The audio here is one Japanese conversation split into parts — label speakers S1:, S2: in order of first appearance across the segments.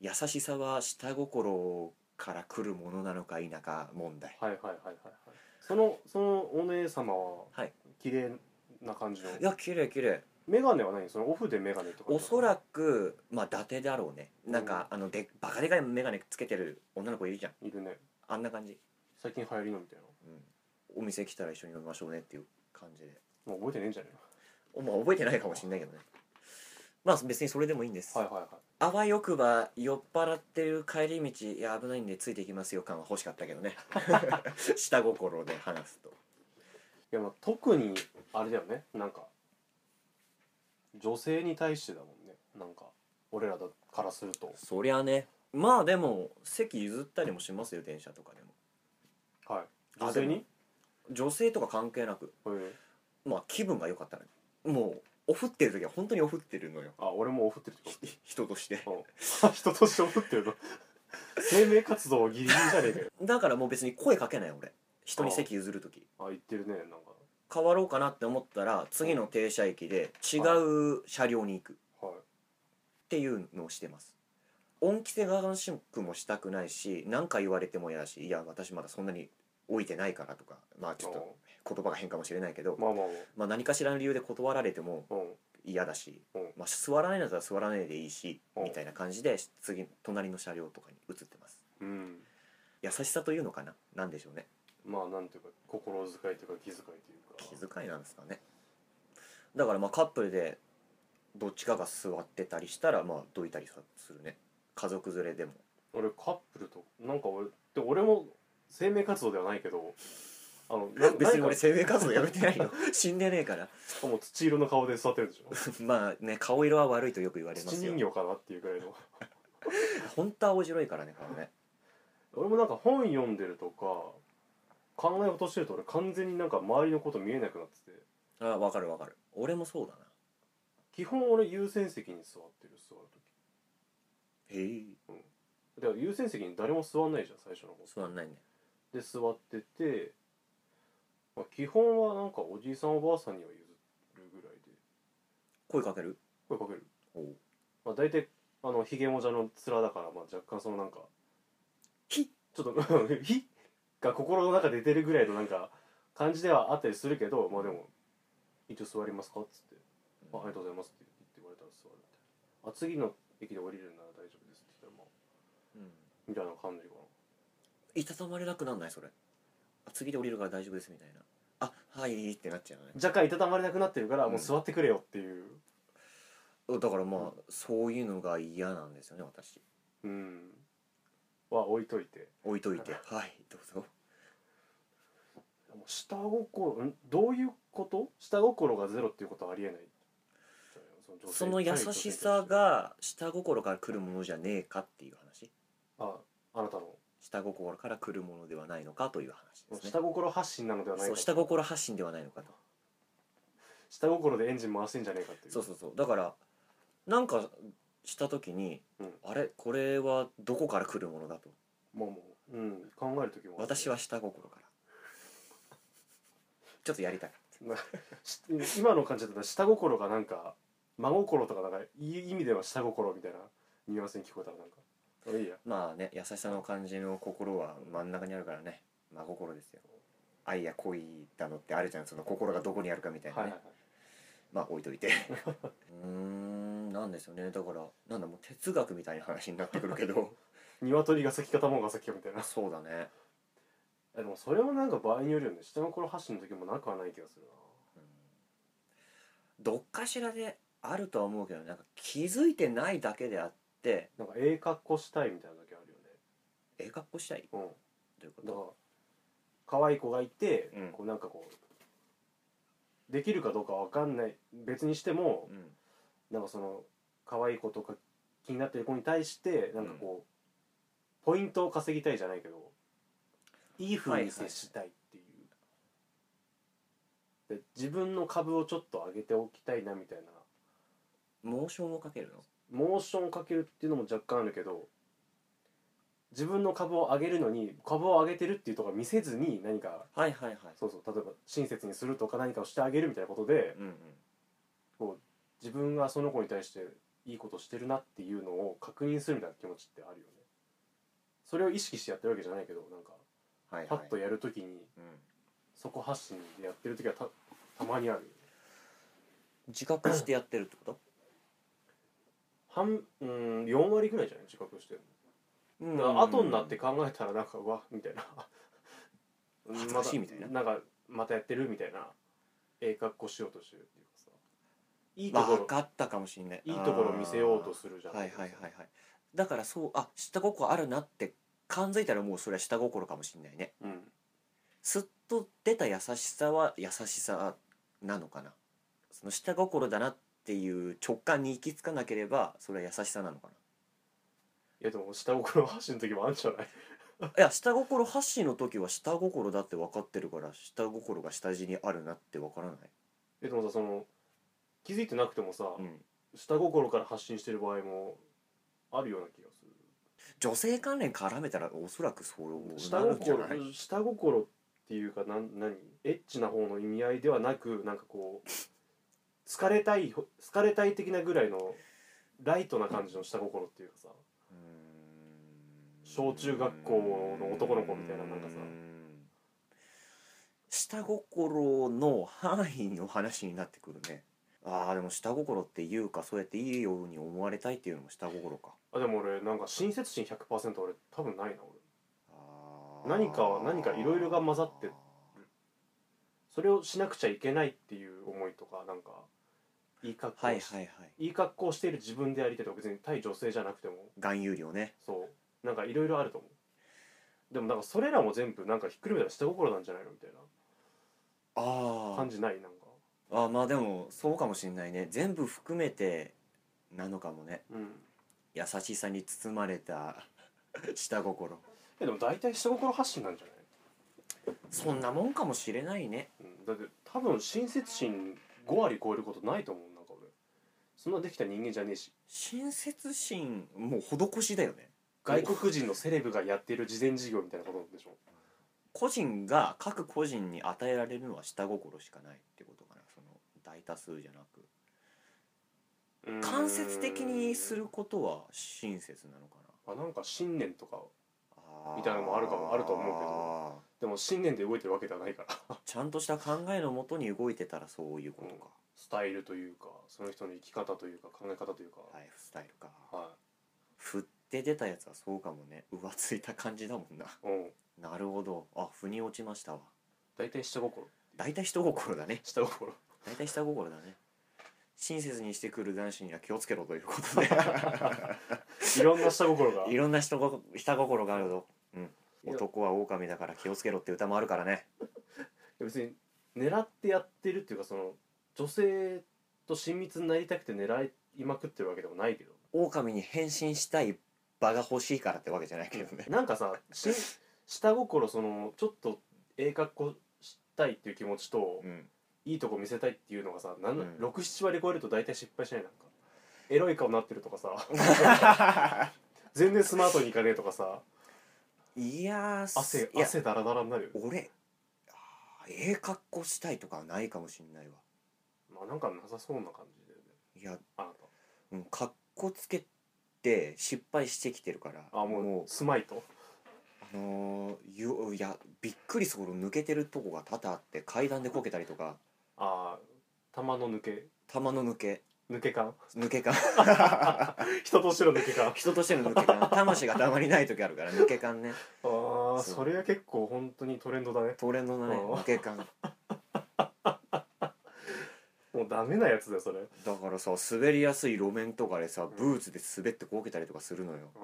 S1: 優しさは下心から来るものなのか否か問題
S2: はいはいはいはいはいそのそのお姉様は
S1: はい
S2: 綺麗な感じの
S1: いや綺麗綺麗
S2: メガネは何そのオフでメガネとか
S1: おそ
S2: く
S1: らくまあ伊達だろうねなんか、あのでバカでかい眼鏡つけてる女の子いるじゃん
S2: いるね
S1: あんな感じ、
S2: 最近流行りのみたい
S1: うん、お店来たら一緒に飲みましょうねっていう感じで
S2: なもう覚えてねえんじゃね
S1: おまあ覚えてないかもしれないけどねまあ別にそれでもいいんです、
S2: えのはいはいはい
S1: あわよくば酔っ払ってる帰り道いや危ないんでついていきますよ感は欲しかったけ どね下心で話すと
S2: いやまあ特にあれだよねなんか女性に対してだもんねなんか俺らだからすると
S1: そりゃねまあでも席譲ったりもしますよ電車とかでも
S2: はい
S1: あ
S2: 女性に
S1: で女性とか関係なく
S2: へえ
S1: まあ気分が良かったらねもうおふってる時は本当におふってるのよ
S2: あ俺もオフってるってこ
S1: 人として
S2: とうん 人としてオフってるの生命活動ギリギリじゃねえかよ
S1: だからもう別に声かけない俺人に席譲る時
S2: あ言ってるねなんか
S1: 変わろうかなって思ったら次の停車駅で違う車両に行くっ
S2: はい
S1: ていうのをしてます恩着せがましくもしたくないし何か言われても嫌だしいや私まだそんなに老いてないからとかまあちょっと言葉が変かもしれないけど
S2: うんまあまあ
S1: まあ何かしらの理由で断られても
S2: まあうん
S1: 嫌だし
S2: うん
S1: まあ座らないなら座らないでいいし
S2: うん
S1: みたいな感じで次隣の車両とかに移ってます
S2: うん
S1: 優しさというのかななんでしょうね
S2: まあなんていうか心遣いというか気遣いというか
S1: 気遣いなんですかねだからまあカップルでどっちかが座ってたりしたらまあどいたりさするね家族連れでも
S2: 俺カップルとなんか俺で俺も生命活動ではないけど あのな
S1: 別に
S2: 何か
S1: 俺生命活動やめて ないよ死んでねえから
S2: しかも土色の顔で座ってるでしょ
S1: まあね顔色は悪いとよく言われま
S2: 土
S1: すよ
S2: 人形かなっていうぐらいの
S1: 本当は青白いからね顔ね
S2: 俺もなんか本読んでるとか考え事してると俺完全になんか周りのこと見えなくなってて
S1: あ分かる分かる俺もそうだな
S2: 基本俺優先席に座ってる座る
S1: へえ
S2: 時だから優先席に誰も座んないじゃん最初の方
S1: 座んないね
S2: で座ってて、まあ、基本はなんかおじいさんおばあさんには譲るぐらいで
S1: 声かける
S2: 声かける
S1: おう
S2: まあ、大体あのひげもじゃの面だから、まあ、若干そのなんか
S1: ひ
S2: ちょっと うんひが心の中で出てるぐらいのなんか感じではあったりするけどまあでも一応座りますかっつって、まあ、ありがとうございますって言って言われたら座るみたいなあ次の駅で降りるなら大丈夫ですって言ったらまあ
S1: うん
S2: みたいな感じか
S1: いたたまれなくなんないそれあ次で降りるから大丈夫ですみたいなあはいってなっちゃうね
S2: な若干いたたまれなくなってるから、もう
S1: うん
S2: 座ってくれよっていう
S1: だからまあそういうのが嫌なんですよね私
S2: うんは置いといて
S1: 置いといてはいどうぞ
S2: もう下心んどういうこと下心がゼロっていうことはありえない女性
S1: その優しさが下心から来るものじゃねえかっていう話
S2: ああなたの
S1: 下心から来るものではないのかという話です
S2: 下
S1: ね
S2: 心発信なのではない
S1: そ
S2: か
S1: う下心発信ではないのかと
S2: 下心でエンジン回してんじゃねえかっていう
S1: そうそうそうだからなんかした時に、
S2: うん
S1: あれこれはどこから来るものだと
S2: もうもう、うん、考える時も
S1: 私は下心からちょっとやりたい
S2: し今の感じだったら下心がなんか真心とかなんかいい意味では下心みたいなニュアンスに聞こえたらなんかあいいや
S1: まあね優しさの感じの心は真ん中にあるからね真心ですよ愛や恋だのってあるじゃんその心がどこにあるかみたいなね、
S2: はいはいはい
S1: まあ置いといて うーんなんですよねだからなんだもう哲学みたいな話になってくるけど
S2: 鶏が先か卵が先かみたい な
S1: そうだね、
S2: あでもそれもなんか場合によるよね下心発信の時もなくはない気がする
S1: うんどっかしらであるとは思うけどなんか気づいてないだけであって
S2: ななんかええ格好したいみたいな時あるよね
S1: ええ格好したい
S2: うん
S1: というこ
S2: だから
S1: と
S2: 可愛い子がいて、
S1: うん
S2: こうなんかこうできるかどうかわかんない別にしても、
S1: うん
S2: なんかその可愛い子とか気になってる子に対してなんかこう、ポイントを稼ぎたいじゃないけどいい風に接したいっていう、で自分の株をちょっと上げておきたいなみたいな
S1: モーションをかけるの
S2: モーションかけるっていうのも若干あるけど自分の株を上げるのに株を上げてるっていうところを見せずに何か
S1: はいはいはい
S2: そうそう例えば親切にするとか何かをしてあげるみたいなことで
S1: うんうん
S2: 自分がその子に対していいことしてるなっていうのを確認するみたいな気持ちってあるよねそれを意識してやってるわけじゃないけどなんか
S1: はい
S2: パ
S1: はい
S2: ッとやるときに
S1: うん
S2: そこ発信でやってるときはたたまにあるよね
S1: 自覚してやってるってこと
S2: 半うん4割ぐらいじゃない自覚してるだから後になって考えたらなんかうわみたいな
S1: 恥ずかしいみたいな
S2: またなんかまたやってるみたいなええ格好しようとしてるっていうかさいいとこ
S1: 分
S2: ろ
S1: かったかもしれない
S2: いいところを見せようとするじゃん
S1: はいはいはいはいだからそうあ下心あるなって感づいたらもうそれは下心かもしれないね
S2: うん、
S1: すっと出た優しさは優しさなのかなその下心だなっていう直感に行き着かなければそれは優しさなのか
S2: いやでも下心発信の時もあるんじゃない
S1: ないや下心ハッシーの時は下心だって分かってるから下心が下地にあるなって分からない、
S2: えでもさその気づいてなくてもさ、
S1: うん、
S2: 下心から発信してる場合もあるような気がする
S1: 女性関連絡めたらおそらくそう
S2: 下
S1: なるんじゃ
S2: 心
S1: ない
S2: 下心っていうかなん何エッチな方の意味合いではなくなんかこう疲れたい好かれたい的なぐらいのライトな感じの下心っていうかさ小中学校の男の子みたいななんかさ
S1: うん下心の範囲の話になってくるねああでも下心っていうかそうやっていいように思われたいっていうのも下心か
S2: あでも俺なんか親切心100%俺多分ないな俺
S1: あー
S2: 何か何か色々が混ざってそれをしなくちゃいけないっていう思いとかなんかいい格好を
S1: は
S2: し
S1: いはいはい
S2: いい格好をしている自分でありたいとか別に対女性じゃなくても
S1: 含有量ね
S2: そうなんかいろいろあると思うでもなんかそれらも全部なんかひっくるめたら下心なんじゃないのみたいな
S1: あ
S2: 感じないなんか
S1: ーあーまあでもそうかもしんないね全部含めてなのかもね
S2: うん
S1: 優しさに包まれた 下心
S2: えでも大体下心発信なんじゃ
S1: そんなもんかもしれないね
S2: ない、うん、だって多分親切心5割超えることないと思うなんか俺そんなできた人間じゃねえし
S1: 親切心もう施しだよね
S2: 外国人のセレブがやってる慈善事業みたいなことなんでしょ
S1: 個人が各個人に与えられるのは下心しかないってことかなその大多数じゃなく
S2: う
S1: 間接的にすることは親切なのか
S2: あなんか信念とか
S1: な
S2: みたいなのもあるかもあると思うけど
S1: ど
S2: でも信念で動いてるわけではないから
S1: ちゃんとした考えのもとに動いてたらそういうことか、
S2: スタイルというかその人の生き方というか考え方というか
S1: ライフスタイルか
S2: は、
S1: 振って出たやつはそうかもね浮ついた感じだもんない
S2: うん
S1: なるほどあ腑に落ちましたわ
S2: 大体下心
S1: 大体下心だね
S2: 下心
S1: 大体下心だね親切にしてくる男子には気をつけろということで
S2: いろんな下心が
S1: いろんな人ご下心があるぞ、うん、
S2: いや
S1: 男は狼だから気をつけろって歌もあるからね
S2: 別に狙ってやってるっていうかその女性と親密になりたくて狙いまくってるわけでもないけど
S1: 狼に変身したい場が欲しいからってわけじゃないけどね
S2: なんかさし下心そのちょっとええ格好したいっていう気持ちと、
S1: うん
S2: いいとこ見せたいっていうのがさ、なん
S1: うん
S2: 67割超えると大体失敗しないなんかエロい顔になってると かさ全然スマートにいかねえとかさ
S1: いやー
S2: 汗
S1: いや
S2: 汗ダラダラになるよね
S1: 俺あーええ格好したいとかはないかもしんないわ
S2: まあなんかなさそうな感じだよね
S1: いや
S2: あな
S1: うん格好つけて失敗してきてるから
S2: たあもう
S1: もう
S2: 住まいと
S1: あのーよいやびっくりするほど抜けてるとこが多々あって階段でこけたりとか
S2: ああ玉の抜け
S1: 玉の抜け
S2: 抜け感
S1: 抜 け感
S2: 人としての抜け感
S1: 人としての抜け感魂がたまりない時あるから抜け感ね
S2: ああ
S1: そう
S2: それは結構本当にトレンドだね
S1: トレンドのね
S2: うん
S1: 抜け感
S2: もうダメなやつだよそれ
S1: だからさ滑りやすい路面とかでさブーツで滑ってこけたりとかするのよ
S2: あ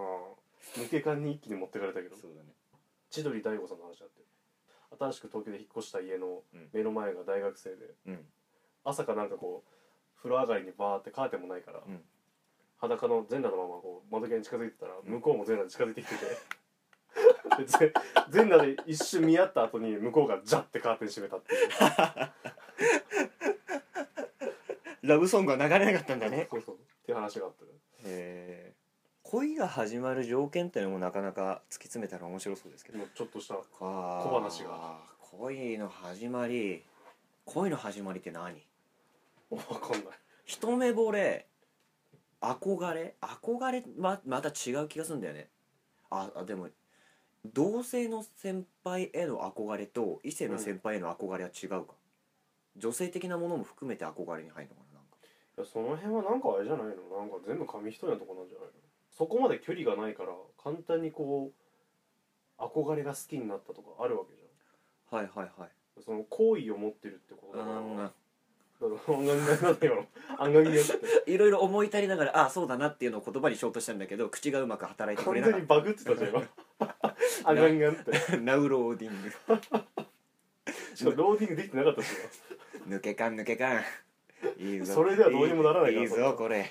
S2: あ抜け感に一気に持ってかれたけど
S1: うだね
S2: 千鳥大悟さんの話だって新しく東京で引っ越した家の
S1: うん
S2: 目の前が大学生で、
S1: うん
S2: 朝かなんかこう風呂上がりにバーってカーテンもないから、
S1: うん
S2: 裸の全裸のままこう窓際に近づいてたら、向こうも全裸で近づいてきてて でぜ全裸で一瞬見合った後に向こうがジャッてカーテン閉めたっていう
S1: ラブソングは流れなかったんだね
S2: そうそうっていう話があったよ
S1: へえ恋が始まる条件っていうのもなかなか突き詰めたら面白そうですけど
S2: もうちょっとした
S1: 小
S2: 話が
S1: 恋の始まり恋の始まりって何
S2: わかんない
S1: 一目惚れ憧れ憧れはまた違う気がするんだよねああでも同性の先輩への憧れと異性の先輩への憧れは違うか、女性的なものも含めて憧れに入るのかななんか
S2: いやその辺はなんかあれじゃないのなんか全部紙一重なとこなんじゃないのそこまで距離がないから簡単にこう憧れが好きになったとかあるわけじ
S1: はいはいはい
S2: ゃんその好意を持ってるってことだから
S1: うん
S2: だから案外になんだよあんがにやって
S1: いろいろ思い足りながらああそうだなっていうのを言葉にしようとしたんだけど口がうまく働いてくれ
S2: 完
S1: な
S2: 全
S1: か
S2: に
S1: っ
S2: バグってたじゃん今あんがんがんって
S1: た ナウローディング
S2: しかもローディングできてなかったし
S1: 抜け感抜け 感いいぞ
S2: それではどうにもならない
S1: い
S2: から
S1: い
S2: それは
S1: ぞこれ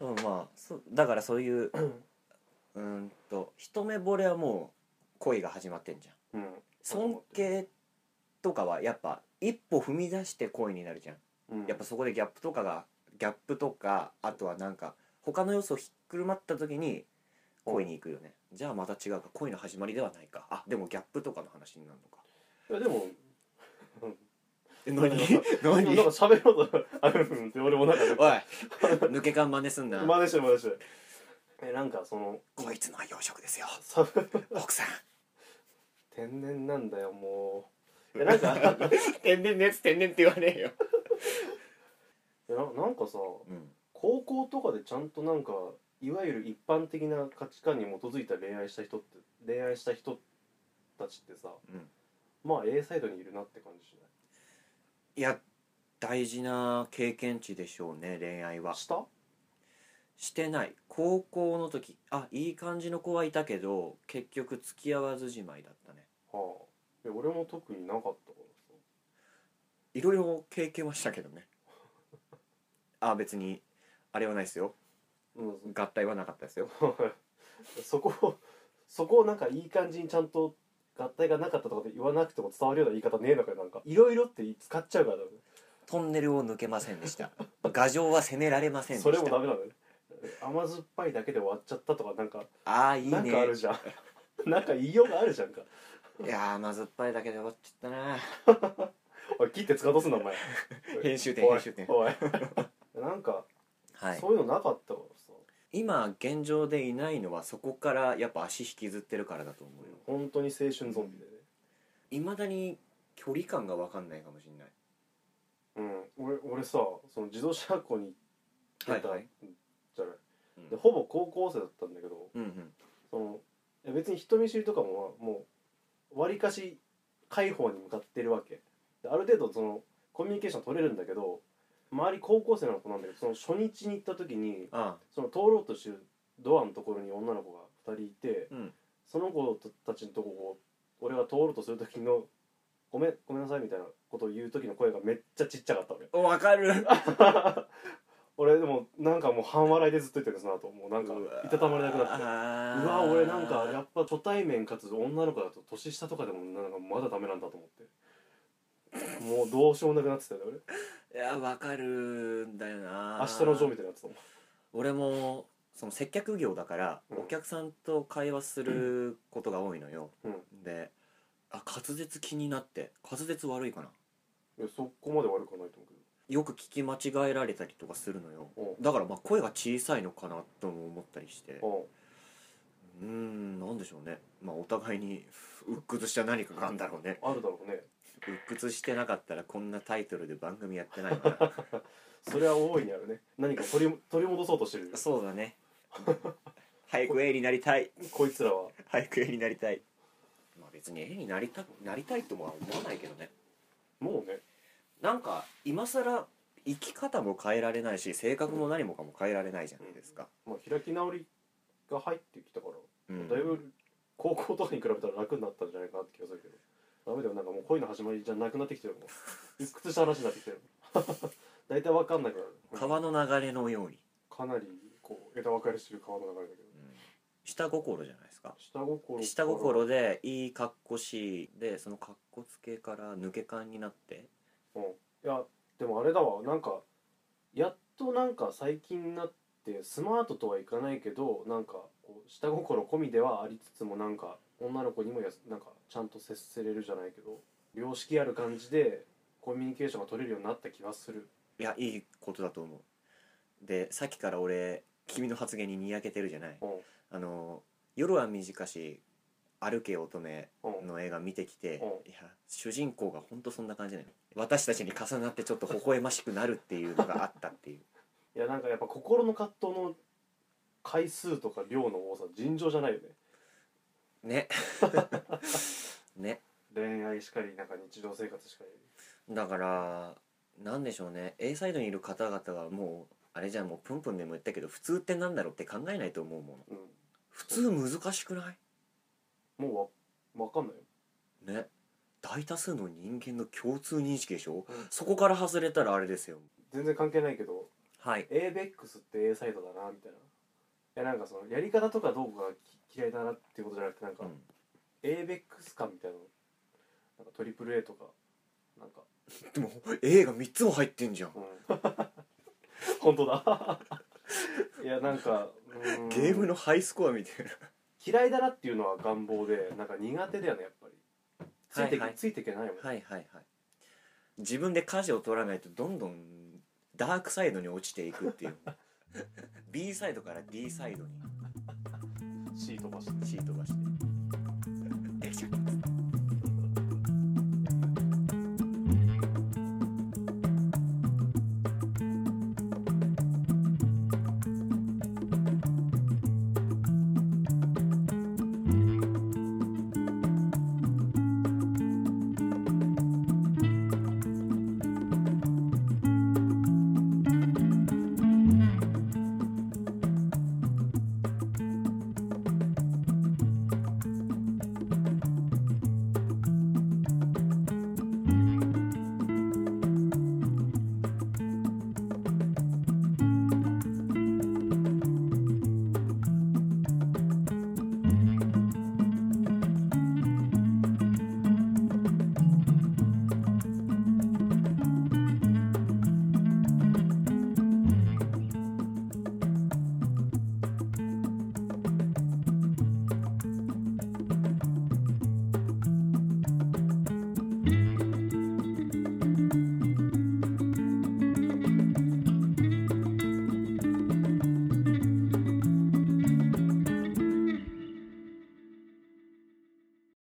S1: うんまあそだからそういううーんと一目惚れはもう恋が始まってんじゃん
S2: 今うん
S1: 尊敬とかはやっぱ一歩踏み出して恋になるじゃん
S2: うん
S1: やっぱそこでギャップとかがギャップとかあとはなんか他の要素をひっくるまった時に恋に行くよねじゃあまた違うか恋の始まりではないかあでもギャップとかの話になるのか
S2: いやでも
S1: え
S2: 何
S1: 何
S2: でもなんか喋ろうとあるんって俺もなんか
S1: おい抜け感真似すんな、
S2: 真似してる真似してるえなんかその
S1: こいつのは養殖ですよ
S2: サブ
S1: 奥さん
S2: 天然なんだよもういやなんかいや
S1: 天然です天然って言わねえよ、
S2: ななんかさ
S1: うん、
S2: 高校とかでちゃんとなんかいわゆる一般的な価値観に基づいた恋愛した人って恋愛した人たちってさ、
S1: うん
S2: まあ A サイドにいるなって感じし
S1: いや大事な経験値でしょうね恋愛
S2: な
S1: はい
S2: した
S1: してない高校の時あいい感じの子はいたけど結局付き合わずじまいだったね
S2: はあいや俺も特になかったから
S1: いろいろ経験はしたけどねあ別にあれはないですよ
S2: さ
S1: 合体はなかったですよ
S2: うん、 そこをそこをなんかいい感じにちゃんと合体がなかったとかで言わなくても伝わるような言い方ねえのかよなんかいろいろって使っちゃうから
S1: トンネルを抜けませんでした牙城は攻められませんで
S2: それ
S1: し
S2: も
S1: た
S2: ダメなのよ甘酸っぱいだけで終わっちゃったとかなんか
S1: ああいい
S2: なん
S1: ね
S2: かあるじゃんなん か言いようがあるじゃんか
S1: いやー甘酸っぱいだけで終わっちゃったな
S2: おい切って使うとすんなお前
S1: 編集点
S2: おい
S1: 編集点
S2: おいなんか、
S1: はい
S2: そういうのなかったからさ
S1: 今現状でいないのはそこからやっぱ足引きずってるからだと思うよ
S2: 本当に青春ゾンビでね
S1: いまだに距離感が分かんないかもしんない
S2: うん俺俺さその自動車学校に行ってた
S1: はいはい
S2: じゃない、
S1: うん
S2: でほぼ高校生だったんだけど
S1: うんうん
S2: そのいや別に人見知りとかもまあもうわりかし解放に向かってるわけである程度そのコミュニケーション取れるんだけど周り高校生の子なんだけどその初日に行った時に
S1: あ
S2: その通ろうとしてるドアのところに女の子が2人いて
S1: あうん
S2: その子たちのとこを俺が通ろうとする時の「ごめんごめんなさい」みたいなことを言う時の声がめっちゃちっちゃかった俺
S1: お分か る
S2: 俺でもなんかもう半笑いでずっと言ってるその後もうなんかいたたまれなくなって
S1: あー
S2: うわ俺なんかやっぱ初対面かつ女の子だと年下とかでもなんかまだダメなんだと思ってもうどうしようもなくなってたよね俺
S1: いやわかるんだよな
S2: 明日のジョーみたいなやつとも
S1: 俺もその接客業だから、
S2: うん
S1: お客さんと会話することが多いのよ、
S2: うん
S1: であ滑舌気になって滑舌悪いかない
S2: やそこまで悪くはないと思う
S1: よく聞き間違えられたりとかするのよ
S2: けど
S1: だからまあ声が小さいのかなとも思ったりして
S2: うんうん
S1: うーんなんでしょうねまあお互いに鬱屈した何かがあるんだろうね
S2: あるだろうね
S1: 鬱屈してなかったらこんなタイトルで番組やってないから
S2: それは大いにあるね何か取り取り戻そうとしてる
S1: そうだね早く A になりたい
S2: こいつらは
S1: 早く絵になりたいまあ別に絵になりたなりたいともは思わないけどね
S2: もうね
S1: なんか今更生き方も変えられないし性格も何もかも変えられないじゃないですか、
S2: まあ開き直りが入ってきたから
S1: うん
S2: だいぶ高校とかに比べたら楽になったんじゃないかなって気がするけどダメだよなんかもう恋の始まりじゃなくなってきてるもん鬱屈した話になってきてるもん 大体わかんなくなる
S1: 川の流れのように、
S2: かなりこう枝分かれしてる川の流れだけど
S1: 下心じゃないですか
S2: 下心
S1: 下心でいい格好しいでその格好つけから抜け感になって
S2: うんいやでもあれだわなんかやっとなんか最近になっってスマートとはいかないけどなんかこう下心込みではありつつもなんか女の子にもやすなんかちゃんと接せれるじゃないけど良識ある感じでコミュニケーションが取れるようになった気がする
S1: いやいいことだと思うでさっきから俺君の発言ににやけてるじゃない
S2: うん
S1: あの夜は短し歩け乙女
S2: うん
S1: の映画見てきて
S2: う
S1: いや主人公がほんとそんな感じなの私たちに重なってちょっと微笑ましくなるっていうのがあったっていう
S2: いやなんかやっぱ心の葛藤の回数とか量の多さ尋常じゃないよね
S1: ねね
S2: 恋愛しかりなんか日常生活しかり
S1: だからなんでしょうね A サイドにいる方々がもうあれじゃんもうプンプンでも言ったけど普通ってなんだろうって考えないと思うもの
S2: うん
S1: 普通難しくない
S2: もうわわかんないよ
S1: ね大多数の人間の共通認識でしょ、
S2: うん
S1: そこから外れたらあれですよ
S2: 全然関係ないけど
S1: はい
S2: ABEX って A サイドだなみたいないやなんかそのやり方とかどうかがき嫌いだなっていうことじゃなくてなんか、
S1: うん
S2: ABEX 感みたいなのなんかトリプル A とかなんか
S1: でも A が3つも入ってんじゃん
S2: うん 本当だいやなんかうーん
S1: ゲームのハイスコアみたいな
S2: 嫌いだなっていうのは願望でなんか苦手だよねやっぱり ついて
S1: は
S2: け、
S1: いはい
S2: ついてけないもん、
S1: はいはいはい自分で舵を取らないとどんどんダークサイドに落ちていくって いう B サイドから D サイドに
S2: C 飛ばして
S1: シートがして